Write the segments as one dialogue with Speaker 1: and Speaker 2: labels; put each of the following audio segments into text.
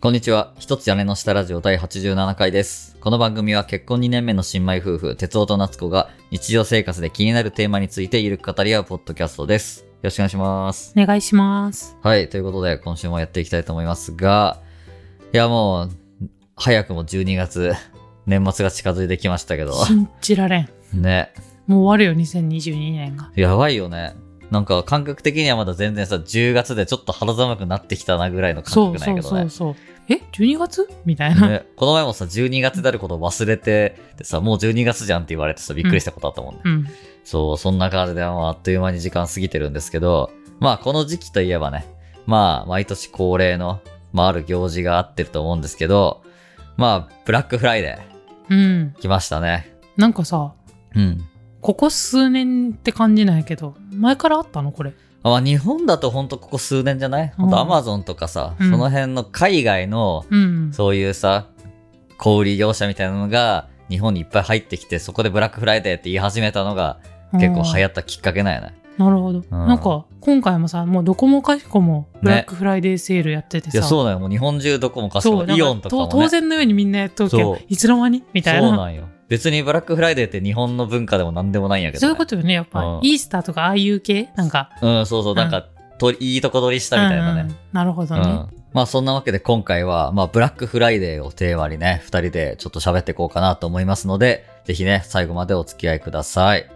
Speaker 1: こんにちは。一つ屋根の下ラジオ第87回です。この番組は結婚2年目の新米夫婦、哲夫と夏子が日常生活で気になるテーマについてゆるく語り合うポッドキャストです。よろしくお願いします。
Speaker 2: お願いします。
Speaker 1: はい。ということで、今週もやっていきたいと思いますが、いや、もう、早くも12月、年末が近づいてきましたけ ど、
Speaker 2: 信じられん。
Speaker 1: ね。
Speaker 2: もう終わるよ、2022年が。
Speaker 1: やばいよね。なんか感覚的にはまだ全然さ、10月でちょっと肌寒くなってきたなぐらいの
Speaker 2: そ
Speaker 1: 感
Speaker 2: う
Speaker 1: 覚な
Speaker 2: そ
Speaker 1: いけ
Speaker 2: う
Speaker 1: どね。
Speaker 2: そうそう。え、12月み たいな。
Speaker 1: ね、この前もさ12月であることを忘れてでさもう12月じゃんって言われてさびっくりしたことあったもんね、
Speaker 2: うん。
Speaker 1: そうそんな感じで、まあ、あっという間に時間過ぎてるんですけどまあこの時期といえばねまあ毎年恒例の、まあ、ある行事があってると思うんですけどまあブラックフライデ
Speaker 2: うん。
Speaker 1: ー来ましたね
Speaker 2: なんかさ、
Speaker 1: うん
Speaker 2: ここ数年って感じなんやけど、前からあったのこれ。
Speaker 1: まあ日本だとほんとここ数年じゃないほんと
Speaker 2: うん
Speaker 1: アマゾンとかさ、
Speaker 2: うん
Speaker 1: その辺の海外の
Speaker 2: うん。
Speaker 1: そういうさ、小売業者みたいなのが日本にいっぱい入ってきて、そこでブラックフライデーって言い始めたのが結構流行ったきっかけなんやね。
Speaker 2: うんなるほど。
Speaker 1: ん
Speaker 2: なんか、今回もさ、もうどこもかしこもブラックフライデーセールやってて
Speaker 1: い
Speaker 2: さ。
Speaker 1: や、そうだよ。もう日本中どこもかし
Speaker 2: そ
Speaker 1: こ
Speaker 2: う
Speaker 1: も、イオンとかも、
Speaker 2: なん
Speaker 1: ね。
Speaker 2: 当然のようにみんなやっとるけ
Speaker 1: そ
Speaker 2: ど
Speaker 1: う、
Speaker 2: いつの間にみたい
Speaker 1: そう
Speaker 2: な。
Speaker 1: なんよ。別にブラックフライデーって日本の文化でも何でもないんやけど、ね。
Speaker 2: そういうことよね、やっ
Speaker 1: うん
Speaker 2: ぱ。イースターとかああいう系なんか。
Speaker 1: うん、そうそう。なんか、といいとこ取りしたみたいな
Speaker 2: うん
Speaker 1: ね
Speaker 2: うん。なるほ
Speaker 1: う
Speaker 2: ど
Speaker 1: ん
Speaker 2: ね。
Speaker 1: まあそんなわけで今回は、まあブラックフライデーをテーマにね、二人でちょっと喋っていこうかなと思いますので、ぜひね、最後までお付き合いください。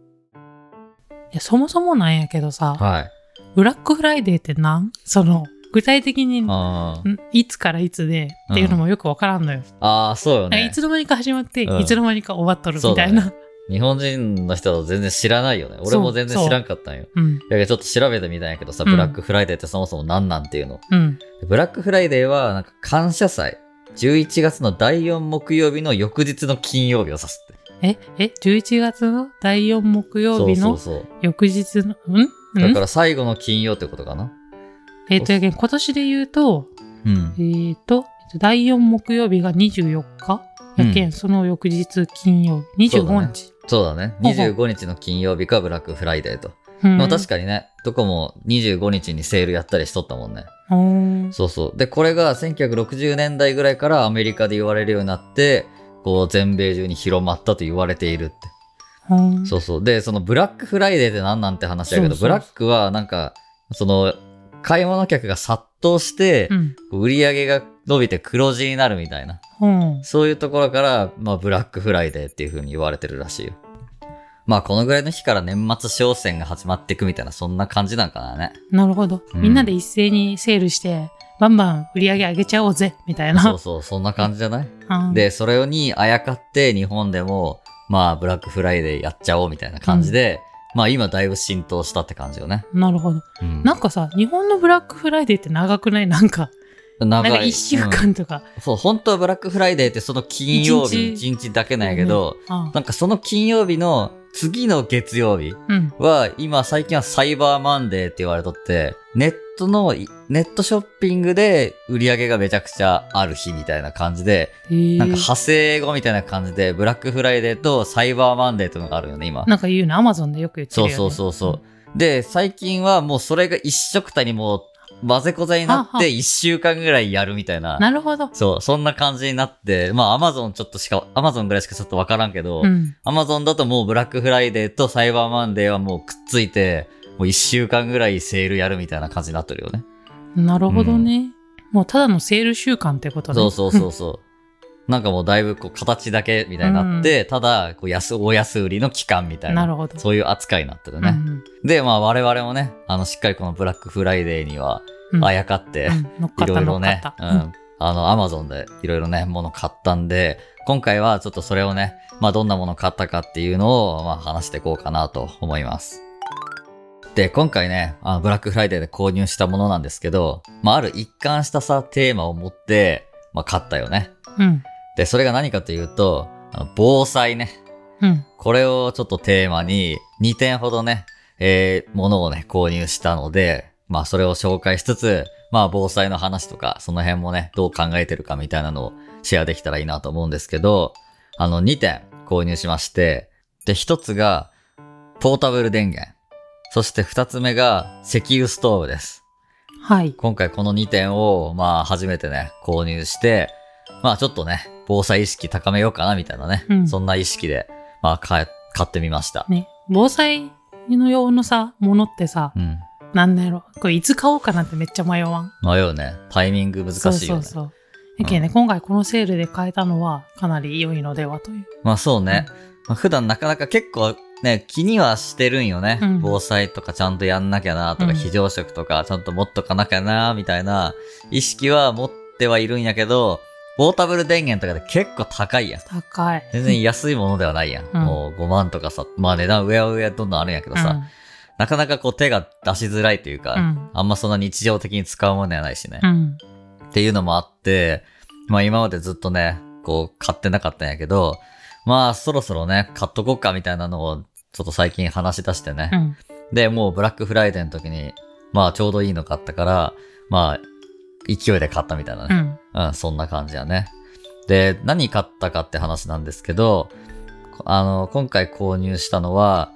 Speaker 2: いや、そもそもなんやけどさ。
Speaker 1: はい。
Speaker 2: ブラックフライデーってなんその、具体的に、ん
Speaker 1: あ
Speaker 2: いつからいつでっていうのもよくわからんのよ。
Speaker 1: あー、そうよ
Speaker 2: なんか
Speaker 1: ね。
Speaker 2: いつの間にか始まって、
Speaker 1: うん
Speaker 2: いつの間にか終わっとる
Speaker 1: そう
Speaker 2: み
Speaker 1: だ
Speaker 2: た
Speaker 1: ね
Speaker 2: いな。
Speaker 1: 日本人の人は全然知らないよね。俺も全然知らんかったんよ。
Speaker 2: うん。
Speaker 1: だけどちょっと調べてみたんやけどさ、
Speaker 2: うん
Speaker 1: ブラックフライデーってそもそも何なんていうの。
Speaker 2: うん。
Speaker 1: ブラックフライデーはなんか感謝祭。11月の第4木曜日の翌日の金曜日を指すって。
Speaker 2: え、え、11月の第4木曜日
Speaker 1: そう
Speaker 2: の
Speaker 1: そう
Speaker 2: 翌日の、ん
Speaker 1: そう。だ
Speaker 2: ん
Speaker 1: から最後の金曜ってことかな。
Speaker 2: えっと、やけん今年で言うと、
Speaker 1: うん。
Speaker 2: えっと、第4木曜日が24日やけ、
Speaker 1: うん
Speaker 2: その翌日金曜日、
Speaker 1: そうだね
Speaker 2: 25日。
Speaker 1: そうだね。
Speaker 2: ほうほ
Speaker 1: 25
Speaker 2: う
Speaker 1: 日の金曜日かブラックフライデーと。
Speaker 2: うん
Speaker 1: まあ確かにね、どこも25日にセールやったりしとったもんね。
Speaker 2: うん
Speaker 1: そうそう。で、これが1960年代ぐらいからアメリカで言われるようになって、こう全米中に広まったと言われているって。
Speaker 2: うん
Speaker 1: そうそう。で、そのブラックフライデーって何なんて話やけど、
Speaker 2: そうそ
Speaker 1: ブ
Speaker 2: う
Speaker 1: ラックはなんか、その、買い物客が殺到して
Speaker 2: う、ん。
Speaker 1: 売り上げが伸びて黒字になるみたいな。
Speaker 2: うん。
Speaker 1: そういうところから、まあ、ブラックフライデーっていう風に言われてるらしいよ。まあ、このぐらいの日から年末商戦が始まっていくみたいな、そんな感じなんかなね。
Speaker 2: なるほど。
Speaker 1: うん
Speaker 2: みんなで一斉にセールして、バンバン売り上げ上げちゃおうぜ、みた
Speaker 1: そ
Speaker 2: い
Speaker 1: う
Speaker 2: な。
Speaker 1: そう、そんな感じじゃない
Speaker 2: うん、
Speaker 1: で、それにあやかって日本でも、まあ、ブラックフライデーやっちゃおうみたいな感じで、まあ、今だいぶ浸透したって感じよね。
Speaker 2: なるほど。
Speaker 1: うん
Speaker 2: なんかさ、日本のブラックフライデーって長くないなんか、
Speaker 1: 長
Speaker 2: なんか1週
Speaker 1: うん
Speaker 2: 間とか。
Speaker 1: そう、本当はブラックフライデーってその金曜日
Speaker 2: 一
Speaker 1: 1日だけなんやけど、
Speaker 2: あ
Speaker 1: なんかその金曜日の次の月曜日
Speaker 2: うん。
Speaker 1: は、今最近はサイバーマンデーって言われとって、ネットの、ネットショッピングで売り上げがめちゃくちゃある日みたいな感じで、
Speaker 2: へー
Speaker 1: なんか派生語みたいな感じで、ブラックフライデーとサイバーマンデーっていうのがあるよね、今。
Speaker 2: なんか言うの、アマゾンでよく言ってる
Speaker 1: そ
Speaker 2: よ、
Speaker 1: う
Speaker 2: ね。
Speaker 1: そうそうそう。で、最近はもうそれが一色たにもう混ぜこざにな
Speaker 2: は
Speaker 1: っ
Speaker 2: あはあ
Speaker 1: て一週間ぐらいやるみたいな。
Speaker 2: なるほど。
Speaker 1: そう、そんな感じになって、まあアマゾンちょっとしか、アマゾンぐらいしかちょっとわからんけど
Speaker 2: う、ん。
Speaker 1: アマゾンだともうブラックフライデーとサイバーマンデーはもうくっついて、もう一週間ぐらいセールやるみたいな感じになってるよね。
Speaker 2: なるほどね。もうただのセール週間ってことね。
Speaker 1: そうそうそうそう。 なんかもうだいぶこう形だけみたいになって、ただこう安、お安売りの期間みたいな。
Speaker 2: なるほど。
Speaker 1: そういう扱いになってる
Speaker 2: う
Speaker 1: ね。
Speaker 2: ん
Speaker 1: で、まあ我々もね、あのしっかりこのブラックフライデーには
Speaker 2: うん
Speaker 1: あやかって、
Speaker 2: うん乗っか
Speaker 1: い
Speaker 2: っ
Speaker 1: ろ
Speaker 2: た
Speaker 1: い
Speaker 2: 乗
Speaker 1: ろ
Speaker 2: っか
Speaker 1: ね
Speaker 2: っ、た。
Speaker 1: うん、あの、アマゾンでいろいろね、もの買ったんで、今回はちょっとそれをね、まあ、どんなもの買ったかっていうのを、まあ、話していこうかなと思います。で、今回ね、あのブラックフライデーで購入したものなんですけど、まあ、ある一貫したさ、テーマを持って、まあ、買ったよね。
Speaker 2: うん。
Speaker 1: で、それが何かというと、あの防災ね。
Speaker 2: うん。
Speaker 1: これをちょっとテーマに2点ほどね、えー、ものをね、購入したので、まあそれを紹介しつつ、まあ防災の話とか、その辺もね、どう考えてるかみたいなのをシェアできたらいいなと思うんですけど、あの、2点購入しまして、で、1つが、ポータブル電源。そして2つ目が、石油ストーブです。
Speaker 2: はい。
Speaker 1: 今回この2点を、まあ、初めてね、購入して、まあ、ちょっとね、防災意識高めようかな、みたいなね、
Speaker 2: うん
Speaker 1: そんな意識で、まあ、買え買ってみました。
Speaker 2: ね。防災の用のさ、ものってさ、
Speaker 1: うん。
Speaker 2: なんだろう。これいつ買おうかなってめっちゃ迷わん。
Speaker 1: 迷うね。タイミング難しいよね。
Speaker 2: そうそうそう。やけんね、今回このセールで買えたのはかなり良いのではという。
Speaker 1: まあそうね。まあ普段なかなか結構ね、気にはしてるんよね。
Speaker 2: うん
Speaker 1: 防災とかちゃんとやんなきゃなとか、
Speaker 2: うん
Speaker 1: 非常食とかちゃんと持っとかなきゃなみたいな意識は持ってはいるんやけど、ポータブル電源とかで結構高いやん。
Speaker 2: 高い。
Speaker 1: 全然安いものではないやん。
Speaker 2: うん
Speaker 1: もう5万とかさ、まあ値段上は上はどんどんあるんやけどさ、なかなかこう手が出しづらいというか、
Speaker 2: うん
Speaker 1: あんまそんな日常的に使うものではないしね。
Speaker 2: うん。うん。
Speaker 1: っていうのもあって、まあ今までずっとね、こう買ってなかったんやけど、まあそろそろね、買っとこうかみたいなのをちょっと最近話し出して
Speaker 2: う
Speaker 1: ね。
Speaker 2: ん。
Speaker 1: で、もうブラックフライデーの時に、まあちょうどいいの買ったから、まあ勢いで買ったみたいな
Speaker 2: う
Speaker 1: ね。
Speaker 2: ん。
Speaker 1: うん、そんな感じやね。で、何買ったかって話なんですけど、こあの、今回購入したのは、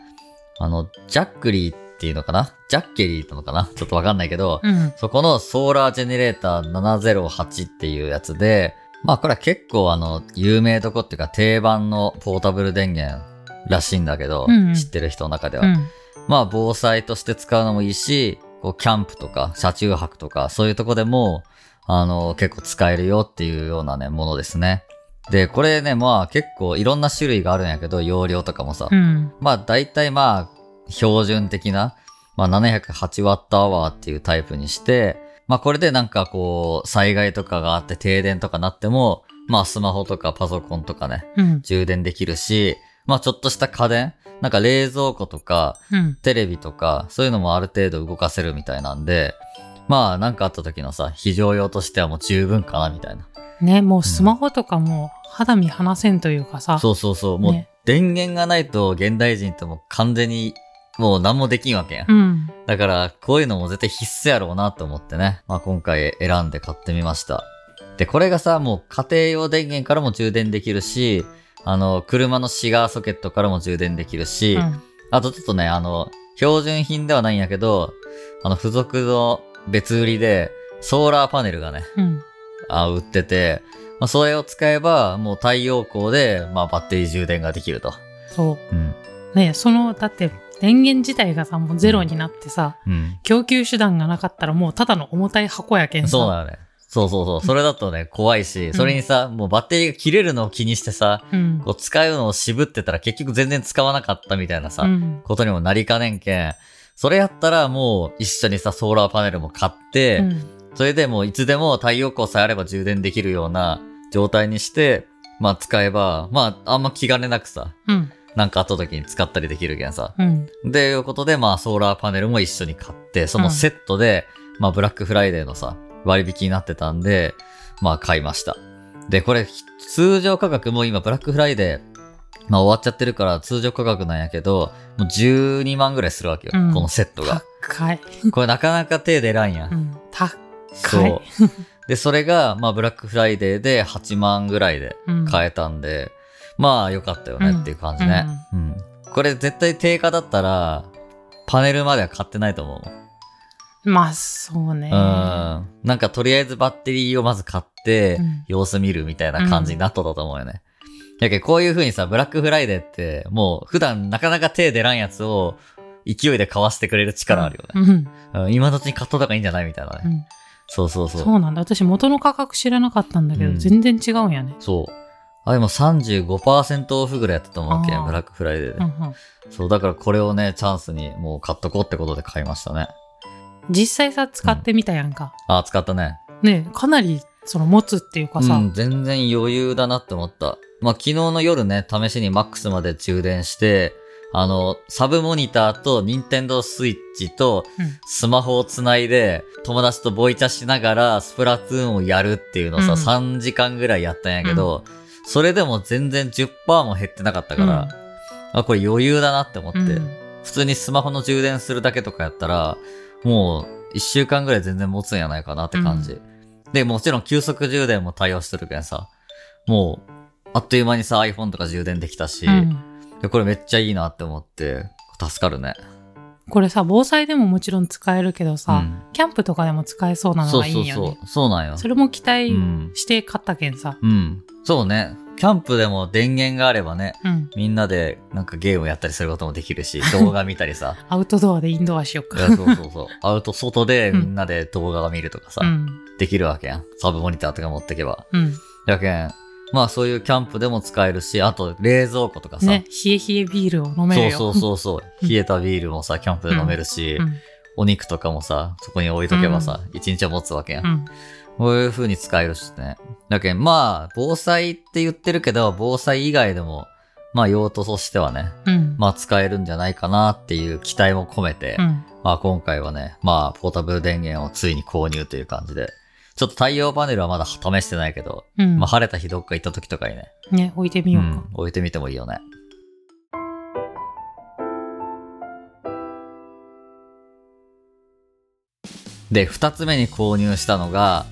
Speaker 1: あの、ジャックリーっていうのかなジャッケリーってのかなちょっとわかんないけど、
Speaker 2: うん。
Speaker 1: そこのソーラージェネレーター708っていうやつで、まあこれは結構あの、有名どこっていうか定番のポータブル電源らしいんだけど、
Speaker 2: うんうん
Speaker 1: 知ってる人の中では。
Speaker 2: うん。
Speaker 1: まあ防災として使うのもいいし、こうキャンプとか車中泊とかそういうとこでも、あの、結構使えるよっていうようなね、ものですね。で、これね、まあ結構いろんな種類があるんやけど、容量とかもさ、
Speaker 2: うん。
Speaker 1: まあ大体まあ標準的な、まあ 708Wh っていうタイプにして、まあこれでなんかこう災害とかがあって停電とかなっても、まあスマホとかパソコンとかね、
Speaker 2: うん。
Speaker 1: 充電できるし、まあちょっとした家電、なんか冷蔵庫とか
Speaker 2: うん。
Speaker 1: テレビとかそういうのもある程度動かせるみたいなんで、まあなんかあった時のさ、非常用としてはもう十分かなみたいな。
Speaker 2: ね、もうスマホとかも肌身離せんというかさ。
Speaker 1: そうそうそう、もう
Speaker 2: ね
Speaker 1: 電源がないと現代人ってもう完全にもう何もできんわけやん。
Speaker 2: うん。
Speaker 1: だから、こういうのも絶対必須やろうなと思ってね。まあ今回選んで買ってみました。で、これがさ、もう家庭用電源からも充電できるし、あの、車のシガーソケットからも充電できるし、
Speaker 2: うん。
Speaker 1: あとちょっとね、あの、標準品ではないんやけど、あの、付属の別売りで、ソーラーパネルがね、
Speaker 2: うん。
Speaker 1: あ売ってて、まあ、それを使えば、もう太陽光で、まあバッテリー充電ができると。
Speaker 2: そ
Speaker 1: うん。
Speaker 2: う。ね、その、だって、電源自体がさ、もうゼロになってさ、
Speaker 1: うん。
Speaker 2: 供給手段がなかったらもうただの重たい箱やけんさ。
Speaker 1: そうなのね。そうそうそう。それだとね、怖いし、
Speaker 2: ん
Speaker 1: それにさ、もうバッテリーが切れるのを気にしてさ、
Speaker 2: うん。
Speaker 1: こう使うのを渋ってたら結局全然使わなかったみたいなさ、
Speaker 2: うん。
Speaker 1: ことにもなりかねんけん、それやったらもう一緒にさ、ソーラーパネルも買って、
Speaker 2: うん。
Speaker 1: それでもういつでも太陽光さえあれば充電できるような状態にして、まあ使えば、まああんま気兼ねなくさ、
Speaker 2: うん。
Speaker 1: なんかあった時に使ったりできるけんさ、
Speaker 2: うん。
Speaker 1: で、いうことで、まあ、ソーラーパネルも一緒に買って、そのセットで、まあ、ブラックフライデーのさ、割引になってたんで、まあ、買いました。で、これ、通常価格もう今、ブラックフライデー、まあ、終わっちゃってるから、通常価格なんやけど、もう12万ぐらいするわけよ、
Speaker 2: うん
Speaker 1: このセットが。
Speaker 2: 高い。
Speaker 1: これ、なかなか手出らんやん
Speaker 2: う。ん。高い。
Speaker 1: そう。 で、それが、まあ、ブラックフライデーで8万ぐらいで
Speaker 2: うん。
Speaker 1: 買えたんで、まあ良かったよねっていう感じね、うんこれ絶対定価だったらパネルまでは買ってないと思う、
Speaker 2: まあ、そうね。
Speaker 1: うんなんかとりあえずバッテリーをまず買って、
Speaker 2: うん
Speaker 1: 様子見るみたいな感じになっとったと思うよね、やけどこういう風にさブラックフライデーってもう普段なかなか手出らんやつを勢いで買わせてくれる力あるよね、
Speaker 2: うん。
Speaker 1: うん今のうちに買っとった方がいいんじゃないみたいなね、
Speaker 2: うん。
Speaker 1: そうそうそう
Speaker 2: そうなんだ。私、元の価格知らなかったんだけど、
Speaker 1: うん
Speaker 2: 全然違うんやね。
Speaker 1: そうあでも35%オフぐらいやったと思うわけ
Speaker 2: あー
Speaker 1: ブラックフライデーで、
Speaker 2: うんうん。
Speaker 1: そう、だからこれをね、チャンスにもう買っとこうってことで買いましたね。
Speaker 2: 実際さ、使ってみたやんか。
Speaker 1: あ、使ったね。
Speaker 2: ね、かなり、その、持つっていうか
Speaker 1: う
Speaker 2: さ。
Speaker 1: ん、全然余裕だなって思った。まあ、昨日の夜ね、試しに MAX まで充電して、あの、サブモニターと Nintendo Switch と
Speaker 2: うん
Speaker 1: スマホをつないで、友達とボイチャしながらスプラトゥーンをやるっていうのをさ、
Speaker 2: うん
Speaker 1: 3時間ぐらいやったんやけど、それでも全然10%も減ってなかったから、あ、これ余裕だなって思って。
Speaker 2: うん。
Speaker 1: 普通にスマホの充電するだけとかやったら、もう1週間ぐらい全然持つんやないかなって感じ。で、もちろん急速充電も対応してるけんさ、もう、あっという間にさ、iPhone とか充電できたし、
Speaker 2: うん。
Speaker 1: でこれめっちゃいいなって思って、助かるね。
Speaker 2: これさ、防災でももちろん使えるけどさ、
Speaker 1: うん
Speaker 2: キャンプとかでも使えそうなの
Speaker 1: そう
Speaker 2: がいい
Speaker 1: そ
Speaker 2: よ
Speaker 1: う
Speaker 2: ね。そ
Speaker 1: そう。そうなんよ。
Speaker 2: れも期待
Speaker 1: うん
Speaker 2: して買ったけんさ。
Speaker 1: うん。そうね。キャンプでも電源があればね、
Speaker 2: うん。
Speaker 1: みんなでなんかゲームやったりすることもできる し、動画見たりさ。
Speaker 2: アウトドアでインドアしよっ
Speaker 1: い
Speaker 2: か。
Speaker 1: や、そうそう そう。アウト、外でみんなで動画を見るとかさ、
Speaker 2: うん。
Speaker 1: できるわけやん。サブモニターとか持ってけば。
Speaker 2: うん。
Speaker 1: やけん、まあそういうキャンプでも使えるし、あと冷蔵庫とかさ、
Speaker 2: ね、冷え冷えビールを飲める
Speaker 1: そう
Speaker 2: よ。
Speaker 1: そうそうそう。冷えたビールもさ、キャンプで飲めるし、
Speaker 2: うん。
Speaker 1: お肉とかもさ、そこに置いとけばさ、一、日は持つわけやん。
Speaker 2: うん。
Speaker 1: こういう風に使えるしね。だけん、まあ、防災って言ってるけど、防災以外でも、まあ用途としてはね、
Speaker 2: うん。
Speaker 1: まあ使えるんじゃないかなっていう期待も込めて、
Speaker 2: うん。
Speaker 1: まあ今回はね、まあポータブル電源をついに購入という感じで、ちょっと太陽パネルはまだ試してないけど、
Speaker 2: うん。
Speaker 1: まあ晴れた日どっか行った時とかにね、
Speaker 2: ね、置いてみよう
Speaker 1: うん
Speaker 2: か。
Speaker 1: 置いてみてもいいよね。で、二つ目に購入したのが、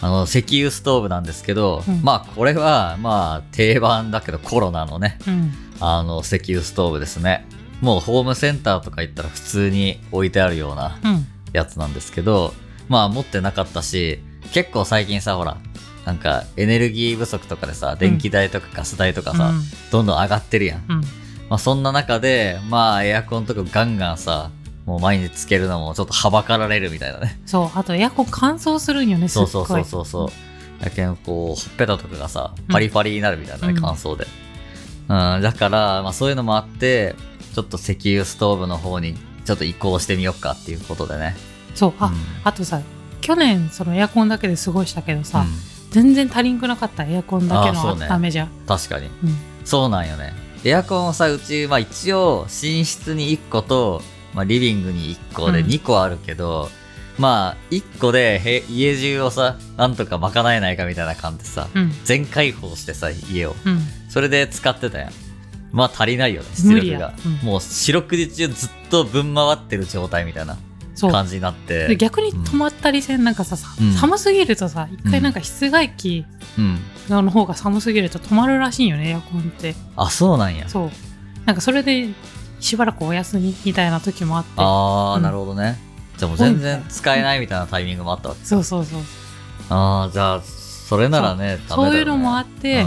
Speaker 1: あの、石油ストーブなんですけど、
Speaker 2: うん
Speaker 1: まあ、これは、まあ、定番だけどコロナのね、
Speaker 2: うん。
Speaker 1: あの、石油ストーブですね。もうホームセンターとか行ったら普通に置いてあるような
Speaker 2: うん。
Speaker 1: やつなんですけど、まあ持ってなかったし、結構最近さ、ほら、なんかエネルギー不足とかでさ、電気代とかガス代とかさ、どんどん上がってるやん。
Speaker 2: うん。
Speaker 1: まあそんな中で、まあエアコンとかガンガンさ、もう毎日つけるのもちょっとはばかられるみたいなね。
Speaker 2: そう、あとエアコン乾燥するんよね、すっ
Speaker 1: そ
Speaker 2: ご
Speaker 1: うそ
Speaker 2: い。
Speaker 1: うそうそうそう。やけん、こう、ほっぺたとかがさ、パリパリになるみたいなね、
Speaker 2: うん
Speaker 1: 乾燥で。うん、だから、まあそういうのもあって、ちょっと石油ストーブの方にちょっと移行してみようかっていうことでね。
Speaker 2: そう。あ、
Speaker 1: うん
Speaker 2: あとさ、去年、そのエアコンだけで過ごしたけどさ、
Speaker 1: うん
Speaker 2: 全然足りんくなかった、エアコンだけ
Speaker 1: あーそ
Speaker 2: の
Speaker 1: うね
Speaker 2: 温めじゃ。
Speaker 1: 確かに。
Speaker 2: うん
Speaker 1: そうなんよね。エアコンをさ、うち、まあ一応、寝室に1個と、まあリビングに1個で
Speaker 2: うん
Speaker 1: 2個あるけど、まあ1個でへ家中をさ、なんとか賄えないかみたいな感じでさ、
Speaker 2: うん。
Speaker 1: 全開放してさ、家を。
Speaker 2: うん。
Speaker 1: それで使ってたやん。まあ足りないよね、出
Speaker 2: 無理
Speaker 1: 力が
Speaker 2: や。うん
Speaker 1: もう四六時中ずっと分回ってる状態みたいな
Speaker 2: そう。
Speaker 1: 感じになっ
Speaker 2: で
Speaker 1: て。
Speaker 2: 逆に止まったりせん、なんかさ、さ
Speaker 1: うん
Speaker 2: 寒すぎるとさ、一回なんか室外機
Speaker 1: うん。
Speaker 2: の方が寒すぎると止まるらしいんよね、エアコンって。
Speaker 1: あ、そうなんや。
Speaker 2: そう。なんかそれで、しばらくお休みみたいな時もあって。
Speaker 1: あー、
Speaker 2: うん
Speaker 1: なるほどね。じゃあもう全然使えないみたいなタイミングもあったわけ。
Speaker 2: そうそうそう。
Speaker 1: ああ、じゃあ、それならね、ダメだ
Speaker 2: そういうのもあ
Speaker 1: っ
Speaker 2: って、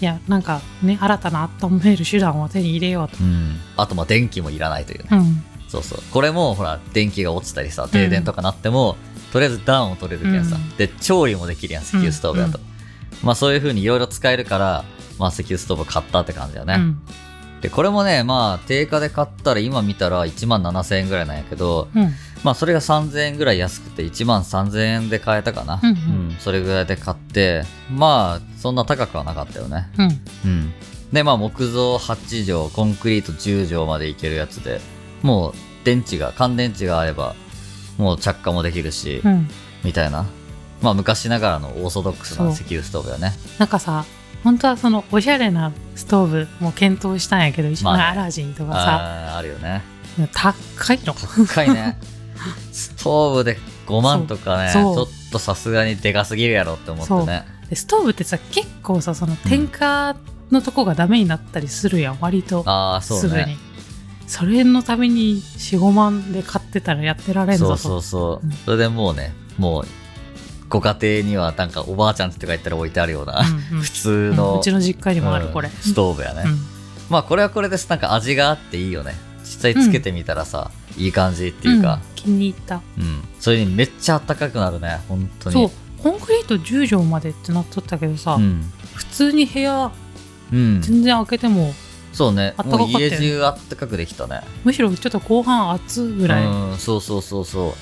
Speaker 2: いや、なんかね、新たな温める手段を手に入れようと。
Speaker 1: うん。うんあと、まあ、電気もいらないというね。
Speaker 2: うん。
Speaker 1: そうそう。これも、ほら、電気が落ちたりさ、停電とかなっても、とりあえず暖を取れるけんさ、
Speaker 2: うん
Speaker 1: で、調理もできるやん、石油ストーブだと。まあ、そういう風にいろいろ使えるから、まあ、石油ストーブ買ったって感じだ
Speaker 2: う
Speaker 1: ね。
Speaker 2: ん。
Speaker 1: で、これもね、まあ、定価で買ったら、今見たら1万7000円ぐらいなんやけど、
Speaker 2: うん。
Speaker 1: まあそれが3000円ぐらい安くて1万3000円で買えたかな、
Speaker 2: うんうん
Speaker 1: それぐらいで買ってまあそんな高くはなかったよね
Speaker 2: うん。
Speaker 1: うんでまあ木造8畳コンクリート10畳までいけるやつでもう電池が乾電池があればもう着火もできるし、
Speaker 2: うん。
Speaker 1: みたいなまあ昔ながらのオーソドックスな石油ストーブよね
Speaker 2: なんかさ、本当はそのおしゃれなストーブも検討したんやけど、一緒に
Speaker 1: まあ
Speaker 2: アラジンとかさ、
Speaker 1: あーあるよね
Speaker 2: 高いの。
Speaker 1: 高い ねストーブで5万とかねち
Speaker 2: そうそ
Speaker 1: ょ
Speaker 2: う
Speaker 1: っとさすがにでかすぎるやろって思ってね
Speaker 2: でストーブってさ、結構さ、その添加のとこがダメになったりするやん、割と。
Speaker 1: ああそう
Speaker 2: すぐ
Speaker 1: ね
Speaker 2: に。それのために4、5万で買ってたらやってられんぞ
Speaker 1: そ
Speaker 2: と。
Speaker 1: うそうそううんそれでもうねもうご家庭にはなんかおばあちゃんちとか言ったら置いてあるような、
Speaker 2: うん うん
Speaker 1: 普通
Speaker 2: うん
Speaker 1: の、
Speaker 2: うちの実家にもある、
Speaker 1: うん
Speaker 2: これ。
Speaker 1: ストーブやね、まあこれはこれですなんか味があっていいよね実際つけてみたらさ、いい感じっていうか、
Speaker 2: ん気に入った。
Speaker 1: うんそれにめっちゃあったかくなるね本当に
Speaker 2: そう、コンクリート10畳までってなっとったけどさ、
Speaker 1: うん、
Speaker 2: 普通に部屋
Speaker 1: うん、
Speaker 2: 全然開けても、
Speaker 1: そうね
Speaker 2: あったかか
Speaker 1: も
Speaker 2: っ
Speaker 1: う
Speaker 2: たよね
Speaker 1: 家中あったかくできたね
Speaker 2: むしろちょっと後半暑ぐらい。
Speaker 1: うんそうそうそうそう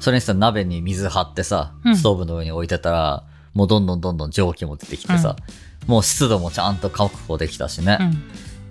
Speaker 1: それにさ鍋に水張ってさ、
Speaker 2: うん
Speaker 1: ストーブの上に置いてたらもうどんどんどんどん蒸気も出てきてさ、もう湿度もちゃんと確保できたしね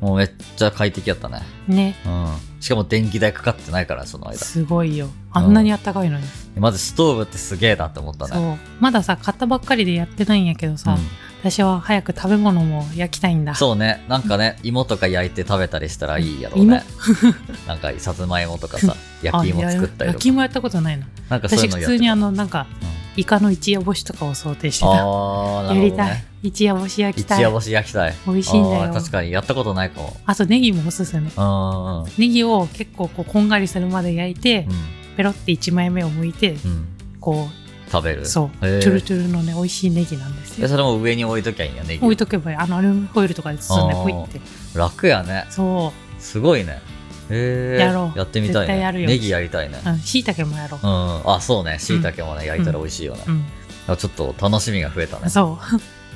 Speaker 2: う、ん
Speaker 1: もうめっちゃ快適やったね。
Speaker 2: ね
Speaker 1: うん。しかも電気代かかってないから、その間。
Speaker 2: すごいよあんなにあったかいのに、
Speaker 1: まずストーブってすげえなって思った
Speaker 2: そ
Speaker 1: ね。
Speaker 2: うまださ買ったばっかりでやってないんやけどさ、
Speaker 1: うん
Speaker 2: 私は早く食べ物も焼きたいんだ
Speaker 1: そうね。なんかね、芋とか焼いて食べたりしたらいいやろうね。 なんか、さつまいもとか さ、焼き芋
Speaker 2: あいや
Speaker 1: 作ったり
Speaker 2: 焼
Speaker 1: と
Speaker 2: き
Speaker 1: か。
Speaker 2: 芋やったことないの
Speaker 1: なんかそうい
Speaker 2: 私
Speaker 1: うのやっ
Speaker 2: 普
Speaker 1: て
Speaker 2: 通
Speaker 1: た
Speaker 2: にあのなんか
Speaker 1: うん
Speaker 2: イカの一夜干しとかを想定してた
Speaker 1: あー、な
Speaker 2: や
Speaker 1: る
Speaker 2: り
Speaker 1: ほど
Speaker 2: たい
Speaker 1: ね。
Speaker 2: 一夜干し焼きた
Speaker 1: 一夜
Speaker 2: い
Speaker 1: 干し焼きたい。
Speaker 2: 美味しいんだよ
Speaker 1: あー確かに、やったことないかも。
Speaker 2: あとネギもおすすめ
Speaker 1: うんうん
Speaker 2: ネギを結構こうこんがりするまで焼いて、
Speaker 1: うん。
Speaker 2: ペロって1枚目を剥いて
Speaker 1: うん。うん。
Speaker 2: こ
Speaker 1: 食べる。
Speaker 2: うそうチ
Speaker 1: へー
Speaker 2: ュルチュルのね美味しいネギなんです
Speaker 1: え
Speaker 2: よ
Speaker 1: それも上に置いときゃいいんやね。
Speaker 2: 置いとけばいいあのアルミホイルとかで包んで
Speaker 1: あー
Speaker 2: ポイって
Speaker 1: 楽やね。
Speaker 2: そ
Speaker 1: すごいね。へえ。
Speaker 2: やろう
Speaker 1: やってみたい
Speaker 2: 絶対や
Speaker 1: ね。
Speaker 2: るよ
Speaker 1: ネギやりたいね。
Speaker 2: うしいたけもやろう
Speaker 1: うん。あ、そうね。椎茸もね、焼いたら美味しいよね。
Speaker 2: うん、
Speaker 1: あちょっと楽しみが増えたね。
Speaker 2: そ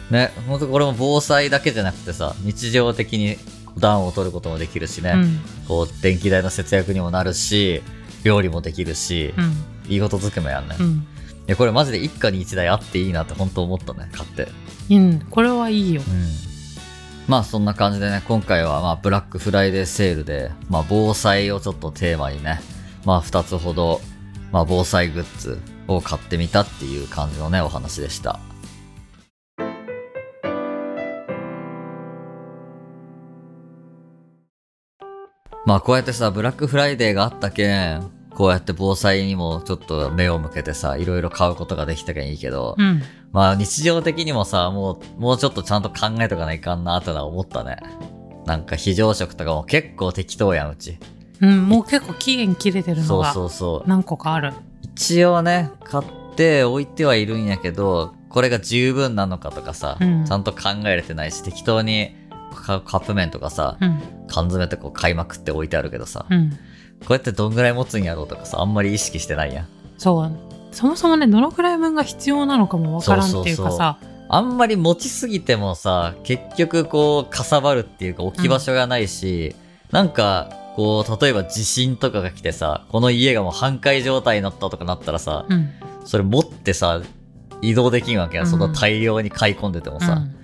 Speaker 1: ね、本当これも防災だけじゃなくてさ、日常的に暖を取ることもできるしね、
Speaker 2: う、うん
Speaker 1: こう、電気代の節約にもなるし、料理もできるし、
Speaker 2: うん
Speaker 1: いいことづくめやんね。
Speaker 2: う
Speaker 1: い
Speaker 2: ん
Speaker 1: や、これマジで一家に一台あっていいなって本当思ったね、買って。
Speaker 2: うん、これはいいよ
Speaker 1: うん。まあそんな感じでね、今回はまあブラックフライデーセールで、まあ防災をちょっとテーマにね、まあ2つほど、まあ防災グッズを買ってみたっていう感じのね、お話でした。まあこうやってさ、ブラックフライデーがあったけん、こうやって防災にもちょっと目を向けてさ、いろいろ買うことができたけんいいけど、
Speaker 2: うん
Speaker 1: まあ日常的にもさ、もう、もうちょっとちゃんと考えとかないかんなってのは思ったね。なんか非常食とかも結構適当やん、うち。
Speaker 2: うん、もう結構期限切れてるの
Speaker 1: そう
Speaker 2: が
Speaker 1: そうそう。
Speaker 2: 何個かある
Speaker 1: 一応ね、買って置いてはいるんやけど、これが十分なのかとかさ、
Speaker 2: うん
Speaker 1: ちゃんと考えれてないし、適当にカカップ麺とかさ、
Speaker 2: うん
Speaker 1: 缶詰とか買いまくって置いてあるけどさ、
Speaker 2: うん
Speaker 1: こうやってどんぐらい持つんやろうとかさ、あんまり意識してないやん。
Speaker 2: そうそもそもねどのくらい分が必要なのかもわからんっていうかさ
Speaker 1: あんまり持ちすぎてもさ、結局こう、かさばるっていうか置き場所がないし、なんか、こう、例えば地震とかが来てさ、この家がもう半壊状態になったとかなったらさ、
Speaker 2: うん
Speaker 1: それ持ってさ、移動できんわけや、
Speaker 2: うん
Speaker 1: そんな大量に買い込んでても
Speaker 2: う
Speaker 1: さ。
Speaker 2: ん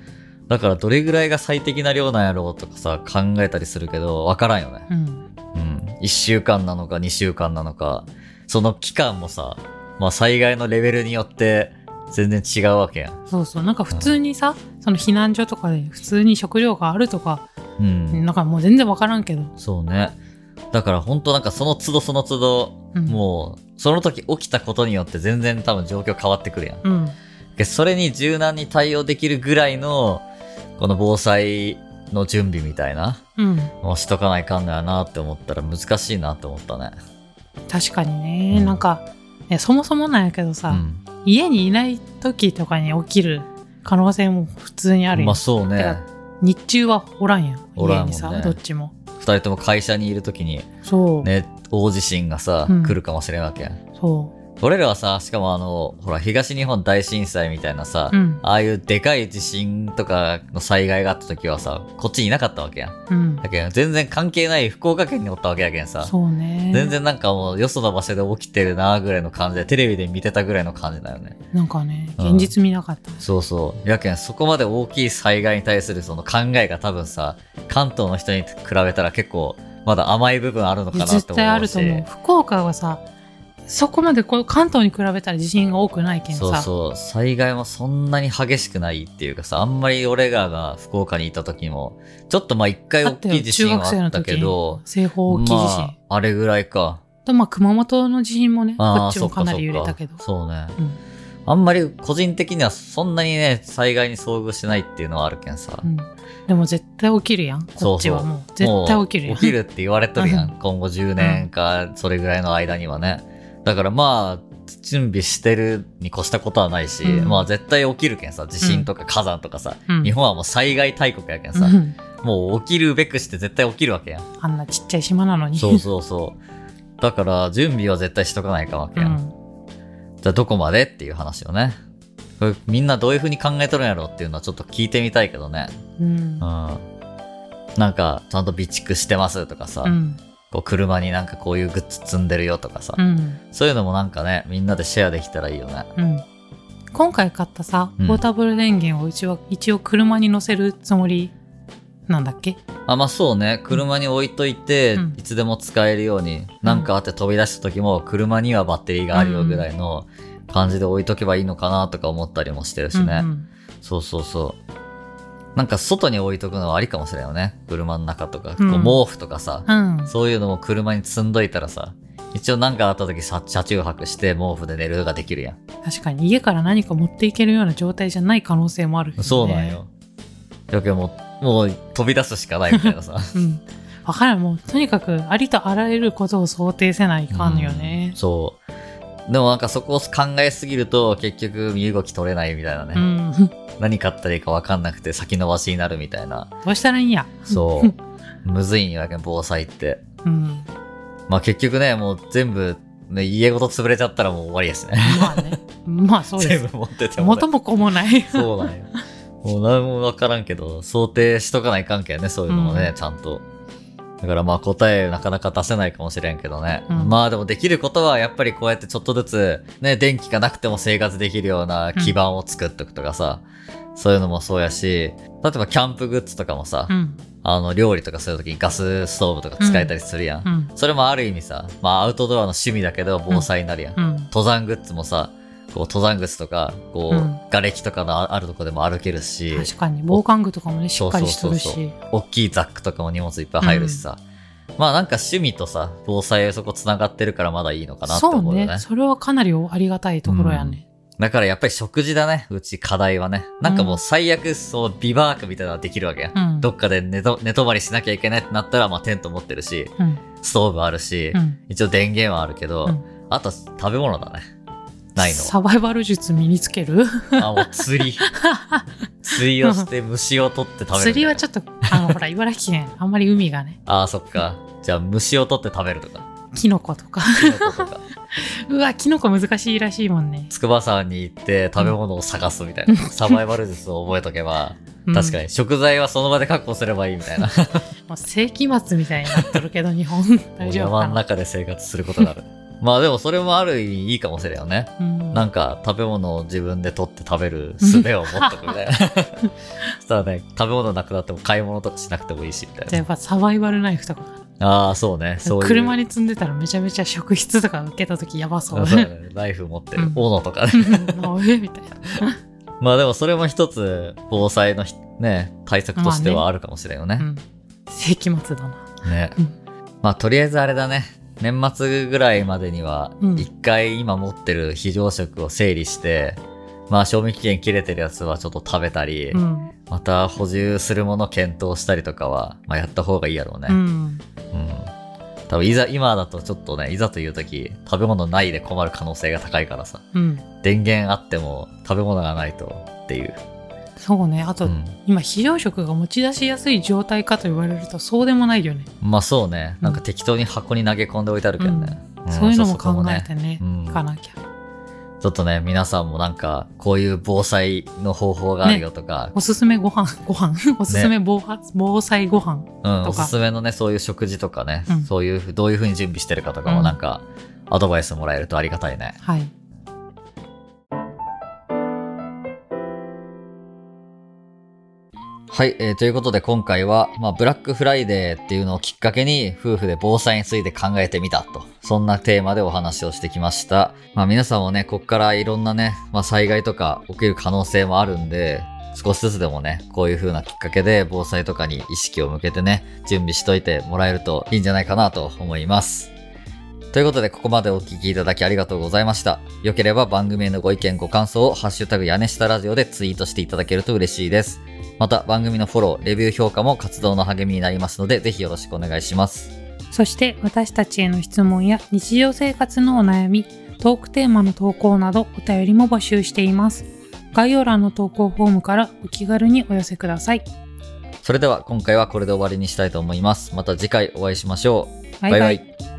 Speaker 1: だからどれぐらいが最適な量なんやろうとかさ、考えたりするけど、わからんよね。
Speaker 2: うん
Speaker 1: うん。1週間なのか2週間なのか、その期間もさ、まあ災害のレベルによって全然違うわけやん。
Speaker 2: そうそうなんか普通にさその避難所とかで普通に食料があるとか
Speaker 1: うん。
Speaker 2: なんかもう全然わからんけど
Speaker 1: そうね。だから本当なんかその都度その都度、
Speaker 2: うん
Speaker 1: もう、その時起きたことによって全然多分状況変わってくるやん。
Speaker 2: うん
Speaker 1: でそれに柔軟に対応できるぐらいの、この防災の準備みたいな、
Speaker 2: うん
Speaker 1: もうしとかないかんのやなって思ったら難しいなって思ったね。
Speaker 2: 確かにね、
Speaker 1: うん
Speaker 2: なんかねそもそもなんやけどさ、
Speaker 1: うん。
Speaker 2: 家にいない時とかに起きる可能性も普通にあるよ、
Speaker 1: まあそうね。
Speaker 2: 日中はおらんやん
Speaker 1: おらん
Speaker 2: 家
Speaker 1: もんね
Speaker 2: にさ、どっちも
Speaker 1: 二人とも会社にいる時に、
Speaker 2: そう、
Speaker 1: ね、大地震がさ、
Speaker 2: うん
Speaker 1: 来るかもしれんわけやん。
Speaker 2: そ
Speaker 1: 俺らはさ、しかもあの、ほら、東日本大震災みたいなさ、
Speaker 2: ううん
Speaker 1: ああいうでかい地震とかの災害があった時はさ、こっちにいなかったわけやん。
Speaker 2: うん
Speaker 1: だけど全然関係ない福岡県におったわけやけんさ。
Speaker 2: そうね
Speaker 1: 全然なんかもうよその場所で起きてるなぐらいの感じで、テレビで見てたぐらいの感じだよね。
Speaker 2: なんかね
Speaker 1: うん
Speaker 2: 現実見なかった、
Speaker 1: そうそう。やけんそこまで大きい災害に対するその考えが多分さ、関東の人に比べたら結構まだ甘い部分あるのかなって思うし。
Speaker 2: 絶対あると思う福岡はさそこまでこう関東に比べたら地震が多くないけんさ
Speaker 1: そうそう災害もそんなに激しくないっていうかさあんまり俺らが福岡にいた時もちょっとまあ一回
Speaker 2: あ
Speaker 1: 大
Speaker 2: っ
Speaker 1: き
Speaker 2: たよ
Speaker 1: い地
Speaker 2: 中
Speaker 1: 震
Speaker 2: 学
Speaker 1: は
Speaker 2: 生
Speaker 1: あ
Speaker 2: の
Speaker 1: ったけ
Speaker 2: 時
Speaker 1: ど
Speaker 2: 西方沖地震、
Speaker 1: まああれぐらいか
Speaker 2: とまあ熊本の地震もねこ
Speaker 1: ああ
Speaker 2: っち
Speaker 1: そ
Speaker 2: も
Speaker 1: っ
Speaker 2: か
Speaker 1: か
Speaker 2: な
Speaker 1: そっ
Speaker 2: り揺れたけど
Speaker 1: かそうね
Speaker 2: うん
Speaker 1: あんまり個人的にはそんなにね災害に遭遇してないっていうのはあるけんさ、
Speaker 2: うんでも絶対起きるやんこっちはもう絶対起きる
Speaker 1: も
Speaker 2: やん
Speaker 1: う起きるって言われとるや
Speaker 2: うん
Speaker 1: 今後10年かそれぐらいの間にはねだからまあ準備してるに越したことはないし、
Speaker 2: うん
Speaker 1: まあ絶対起きるけんさ地震とか火山とかさ、
Speaker 2: うん
Speaker 1: 日本はもう災害大国やけんさ、
Speaker 2: うん
Speaker 1: もう起きるべくして絶対起きるわけや ん。
Speaker 2: あんなちっちゃい島なのに
Speaker 1: そうそうそう。だから準備は絶対しとかないかんわけやん。じゃあどこまでっていう話をね。これみんなどういう風に考えとるんやろっていうのはちょっと聞いてみたいけどね。
Speaker 2: うんうん
Speaker 1: うん。なんか、ちゃんと備蓄してますとかさ、
Speaker 2: うん
Speaker 1: こう車になんかこういうグッズ積んでるよとかさ、
Speaker 2: うん
Speaker 1: そういうのもなんかね、みんなでシェアできたらいいよね。
Speaker 2: うん今回買ったさ
Speaker 1: うん
Speaker 2: ポータブル電源をうちは一応車に乗せるつもりなんだっけ
Speaker 1: あまあそうね車に置いといて、
Speaker 2: うん
Speaker 1: いつでも使えるように何、なん、かあって飛び出した時も車にはバッテリーがあるよぐらいの感じで置いとけばいいのかなとか思ったりもしてるしね、
Speaker 2: うんうん
Speaker 1: そうそうそうなんか外に置いとくのはありかもしれんよね車の中とか、
Speaker 2: うん
Speaker 1: こう毛布とかさ、
Speaker 2: うん、
Speaker 1: そういうのも車に積んどいたらさ一応何かあった時さ車中泊して毛布で寝るができるやん
Speaker 2: 確かに家から何か持っていけるような状態じゃない可能性もあるしね、
Speaker 1: そうなんよ。だけどもう、もう飛び出すしかないみたいなさ。
Speaker 2: うんわからんもうとにかくありとあらゆることを想定せないかんよね
Speaker 1: うんそう。でもなんかそこを考えすぎると結局身動き取れないみたいな
Speaker 2: う
Speaker 1: ね。
Speaker 2: ん、
Speaker 1: 何買ったらいいか分かんなくて先延ばしになるみたいな。
Speaker 2: どうしたらいいんや
Speaker 1: そう。むずいんやけん、防災って。
Speaker 2: うん
Speaker 1: まあ結局ね、もう全部、ね、家ごと潰れちゃったらもう終わりですね。
Speaker 2: まあねまあそうで
Speaker 1: 全
Speaker 2: す
Speaker 1: 部持っててもね、
Speaker 2: 元も子もない
Speaker 1: そうなんよ。もう何も分からんけど、想定しとかない関係ね、そういうのもね、
Speaker 2: うん
Speaker 1: ちゃんと。だからまあ答えなかなか出せないかもしれんけどね。
Speaker 2: うん
Speaker 1: まあでもできることはやっぱりこうやってちょっとずつ、ね、電気がなくても生活できるような基盤を作っとくとかさ、そういうのもそうやし、例えばキャンプグッズとかもさ、
Speaker 2: うん
Speaker 1: あの料理とかするときにガスストーブとか使えたりするやん。
Speaker 2: うん
Speaker 1: それもある意味さ、まあアウトドアの趣味だけど防災になるやん
Speaker 2: うん
Speaker 1: 登山グッズもさこう登山靴とかこう、
Speaker 2: うん
Speaker 1: 瓦礫とかのああるとこでも歩けるし
Speaker 2: 確かに防寒具とかもねし
Speaker 1: そ
Speaker 2: っ
Speaker 1: う
Speaker 2: か
Speaker 1: そう
Speaker 2: りし
Speaker 1: そ
Speaker 2: と
Speaker 1: う
Speaker 2: る
Speaker 1: そう
Speaker 2: し
Speaker 1: 大きいザックとかも荷物いっぱい入るしさ、まあなんか趣味とさ防災そこつながってるからまだいいのかなって
Speaker 2: そう
Speaker 1: 思うよね
Speaker 2: ねそれはかなりありがたいところやね、
Speaker 1: だからやっぱり食事だねうち課題はねなんかもう最悪そうビバークみたいなのはできるわけや、
Speaker 2: うん、
Speaker 1: どっかで寝と寝泊まりしなきゃいけないってなったら、まあ、テント持ってるし
Speaker 2: うん
Speaker 1: ストーブあるし、
Speaker 2: うん
Speaker 1: 一応電源はあるけど、
Speaker 2: うん
Speaker 1: あとは食べ物だねないのは
Speaker 2: サバイバル術身につける
Speaker 1: あ、もう釣 り。釣りをして虫を取って食べる。
Speaker 2: 釣りは
Speaker 1: ょ
Speaker 2: ちょっとあのほら茨 城県あんまり海がね
Speaker 1: っと。あー、そっか。じゃあ虫を取って食べるとか。
Speaker 2: キノコとか
Speaker 1: キノコと か。
Speaker 2: うわキノコ難しいらしいもんね、
Speaker 1: 筑波山に行って食べ物を探すみたいな。サバイバル術を覚えとけば、
Speaker 2: うん
Speaker 1: 確かに食材はその場で確保すればいいみたいな。
Speaker 2: もう世紀末みたいになっとるけど 日本大丈夫
Speaker 1: 山
Speaker 2: か
Speaker 1: の
Speaker 2: な
Speaker 1: 中で生活することが ある。まあでもそれもある意味いいかもしれんよね。
Speaker 2: うん
Speaker 1: なんか食べ物を自分で取って食べる術を持っとくみたい な。そしたらね、食べ物なくなっても買い物とかしなくてもいいしみた
Speaker 2: じ
Speaker 1: い
Speaker 2: ゃあやっぱサバイバルナイフとか
Speaker 1: な。ああ、そうね。そういう。
Speaker 2: 車に積んでたらめちゃめちゃ職質とか受けた時やばそう
Speaker 1: あ そうだねナイフ持ってる、
Speaker 2: うん
Speaker 1: 斧と かね
Speaker 2: うんあえみたいな
Speaker 1: まあでもそれも一つ防災のひね対策としてはあるかもしれんよね,、
Speaker 2: うん世紀末だな
Speaker 1: ね
Speaker 2: うん
Speaker 1: まあとりあえずあれだね年末ぐらいまでには
Speaker 2: うん
Speaker 1: 一回今持ってる非常食を整理して、まあ賞味期限切れてるやつはちょっと食べたり、
Speaker 2: うん、
Speaker 1: また補充するもの検討したりとかは、まあ、やった方がいいやろうね
Speaker 2: うん、
Speaker 1: うん、多分いざ今だとちょっとねいざという時食べ物ないで困る可能性が高いからさ
Speaker 2: うん、
Speaker 1: 電源あっても食べ物がないとっていう、
Speaker 2: そうねあ
Speaker 1: う
Speaker 2: と、
Speaker 1: ん、
Speaker 2: 今非常食が持ち出しやすい状態かと言われるとそうでもないよね、
Speaker 1: まあそうね
Speaker 2: うん
Speaker 1: なんか適当に箱に投げ込んでおいてあるけどね、ん
Speaker 2: そういうのも
Speaker 1: そこ
Speaker 2: 考えてね
Speaker 1: うん
Speaker 2: いかなきゃ、
Speaker 1: ちょっとね皆さんもなんかこういう防災の方法があるよとか、
Speaker 2: おすすめご飯ご飯おすすめ防,、防災ご飯
Speaker 1: うん、
Speaker 2: と
Speaker 1: お
Speaker 2: か
Speaker 1: すすめのねそういう食事とかね、
Speaker 2: うん
Speaker 1: そういうふどういうふうに準備してるかとか
Speaker 2: う
Speaker 1: も
Speaker 2: ん
Speaker 1: なんかアドバイスもらえるとありがたいね、
Speaker 2: はい
Speaker 1: はい、えーということで今回は、まあ、ブラックフライデーっていうのをきっかけに夫婦で防災について考えてみたと、そんなテーマでお話をしてきました。まあ、皆さんもね、こっからいろんなね、まあ、災害とか起きる可能性もあるんで、少しずつでもね、こういう風なきっかけで防災とかに意識を向けてね、準備しといてもらえるといいんじゃないかなと思います。ということで、ここまでお聞きいただきありがとうございました。良ければ番組へのご意見、ご感想を、ハッシュタグ屋根下ラジオでツイートしていただけると嬉しいです。また、番組のフォロー、レビュー評価も活動の励みになりますので、ぜひよろしくお願いします。
Speaker 2: そして私たちへの質問や日常生活のお悩み、トークテーマの投稿などお便りも募集しています。概要欄の投稿フォームからお気軽にお寄せください。
Speaker 1: それでは、今回はこれで終わりにしたいと思います。また次回お会いしましょう。
Speaker 2: バイバイ
Speaker 1: イ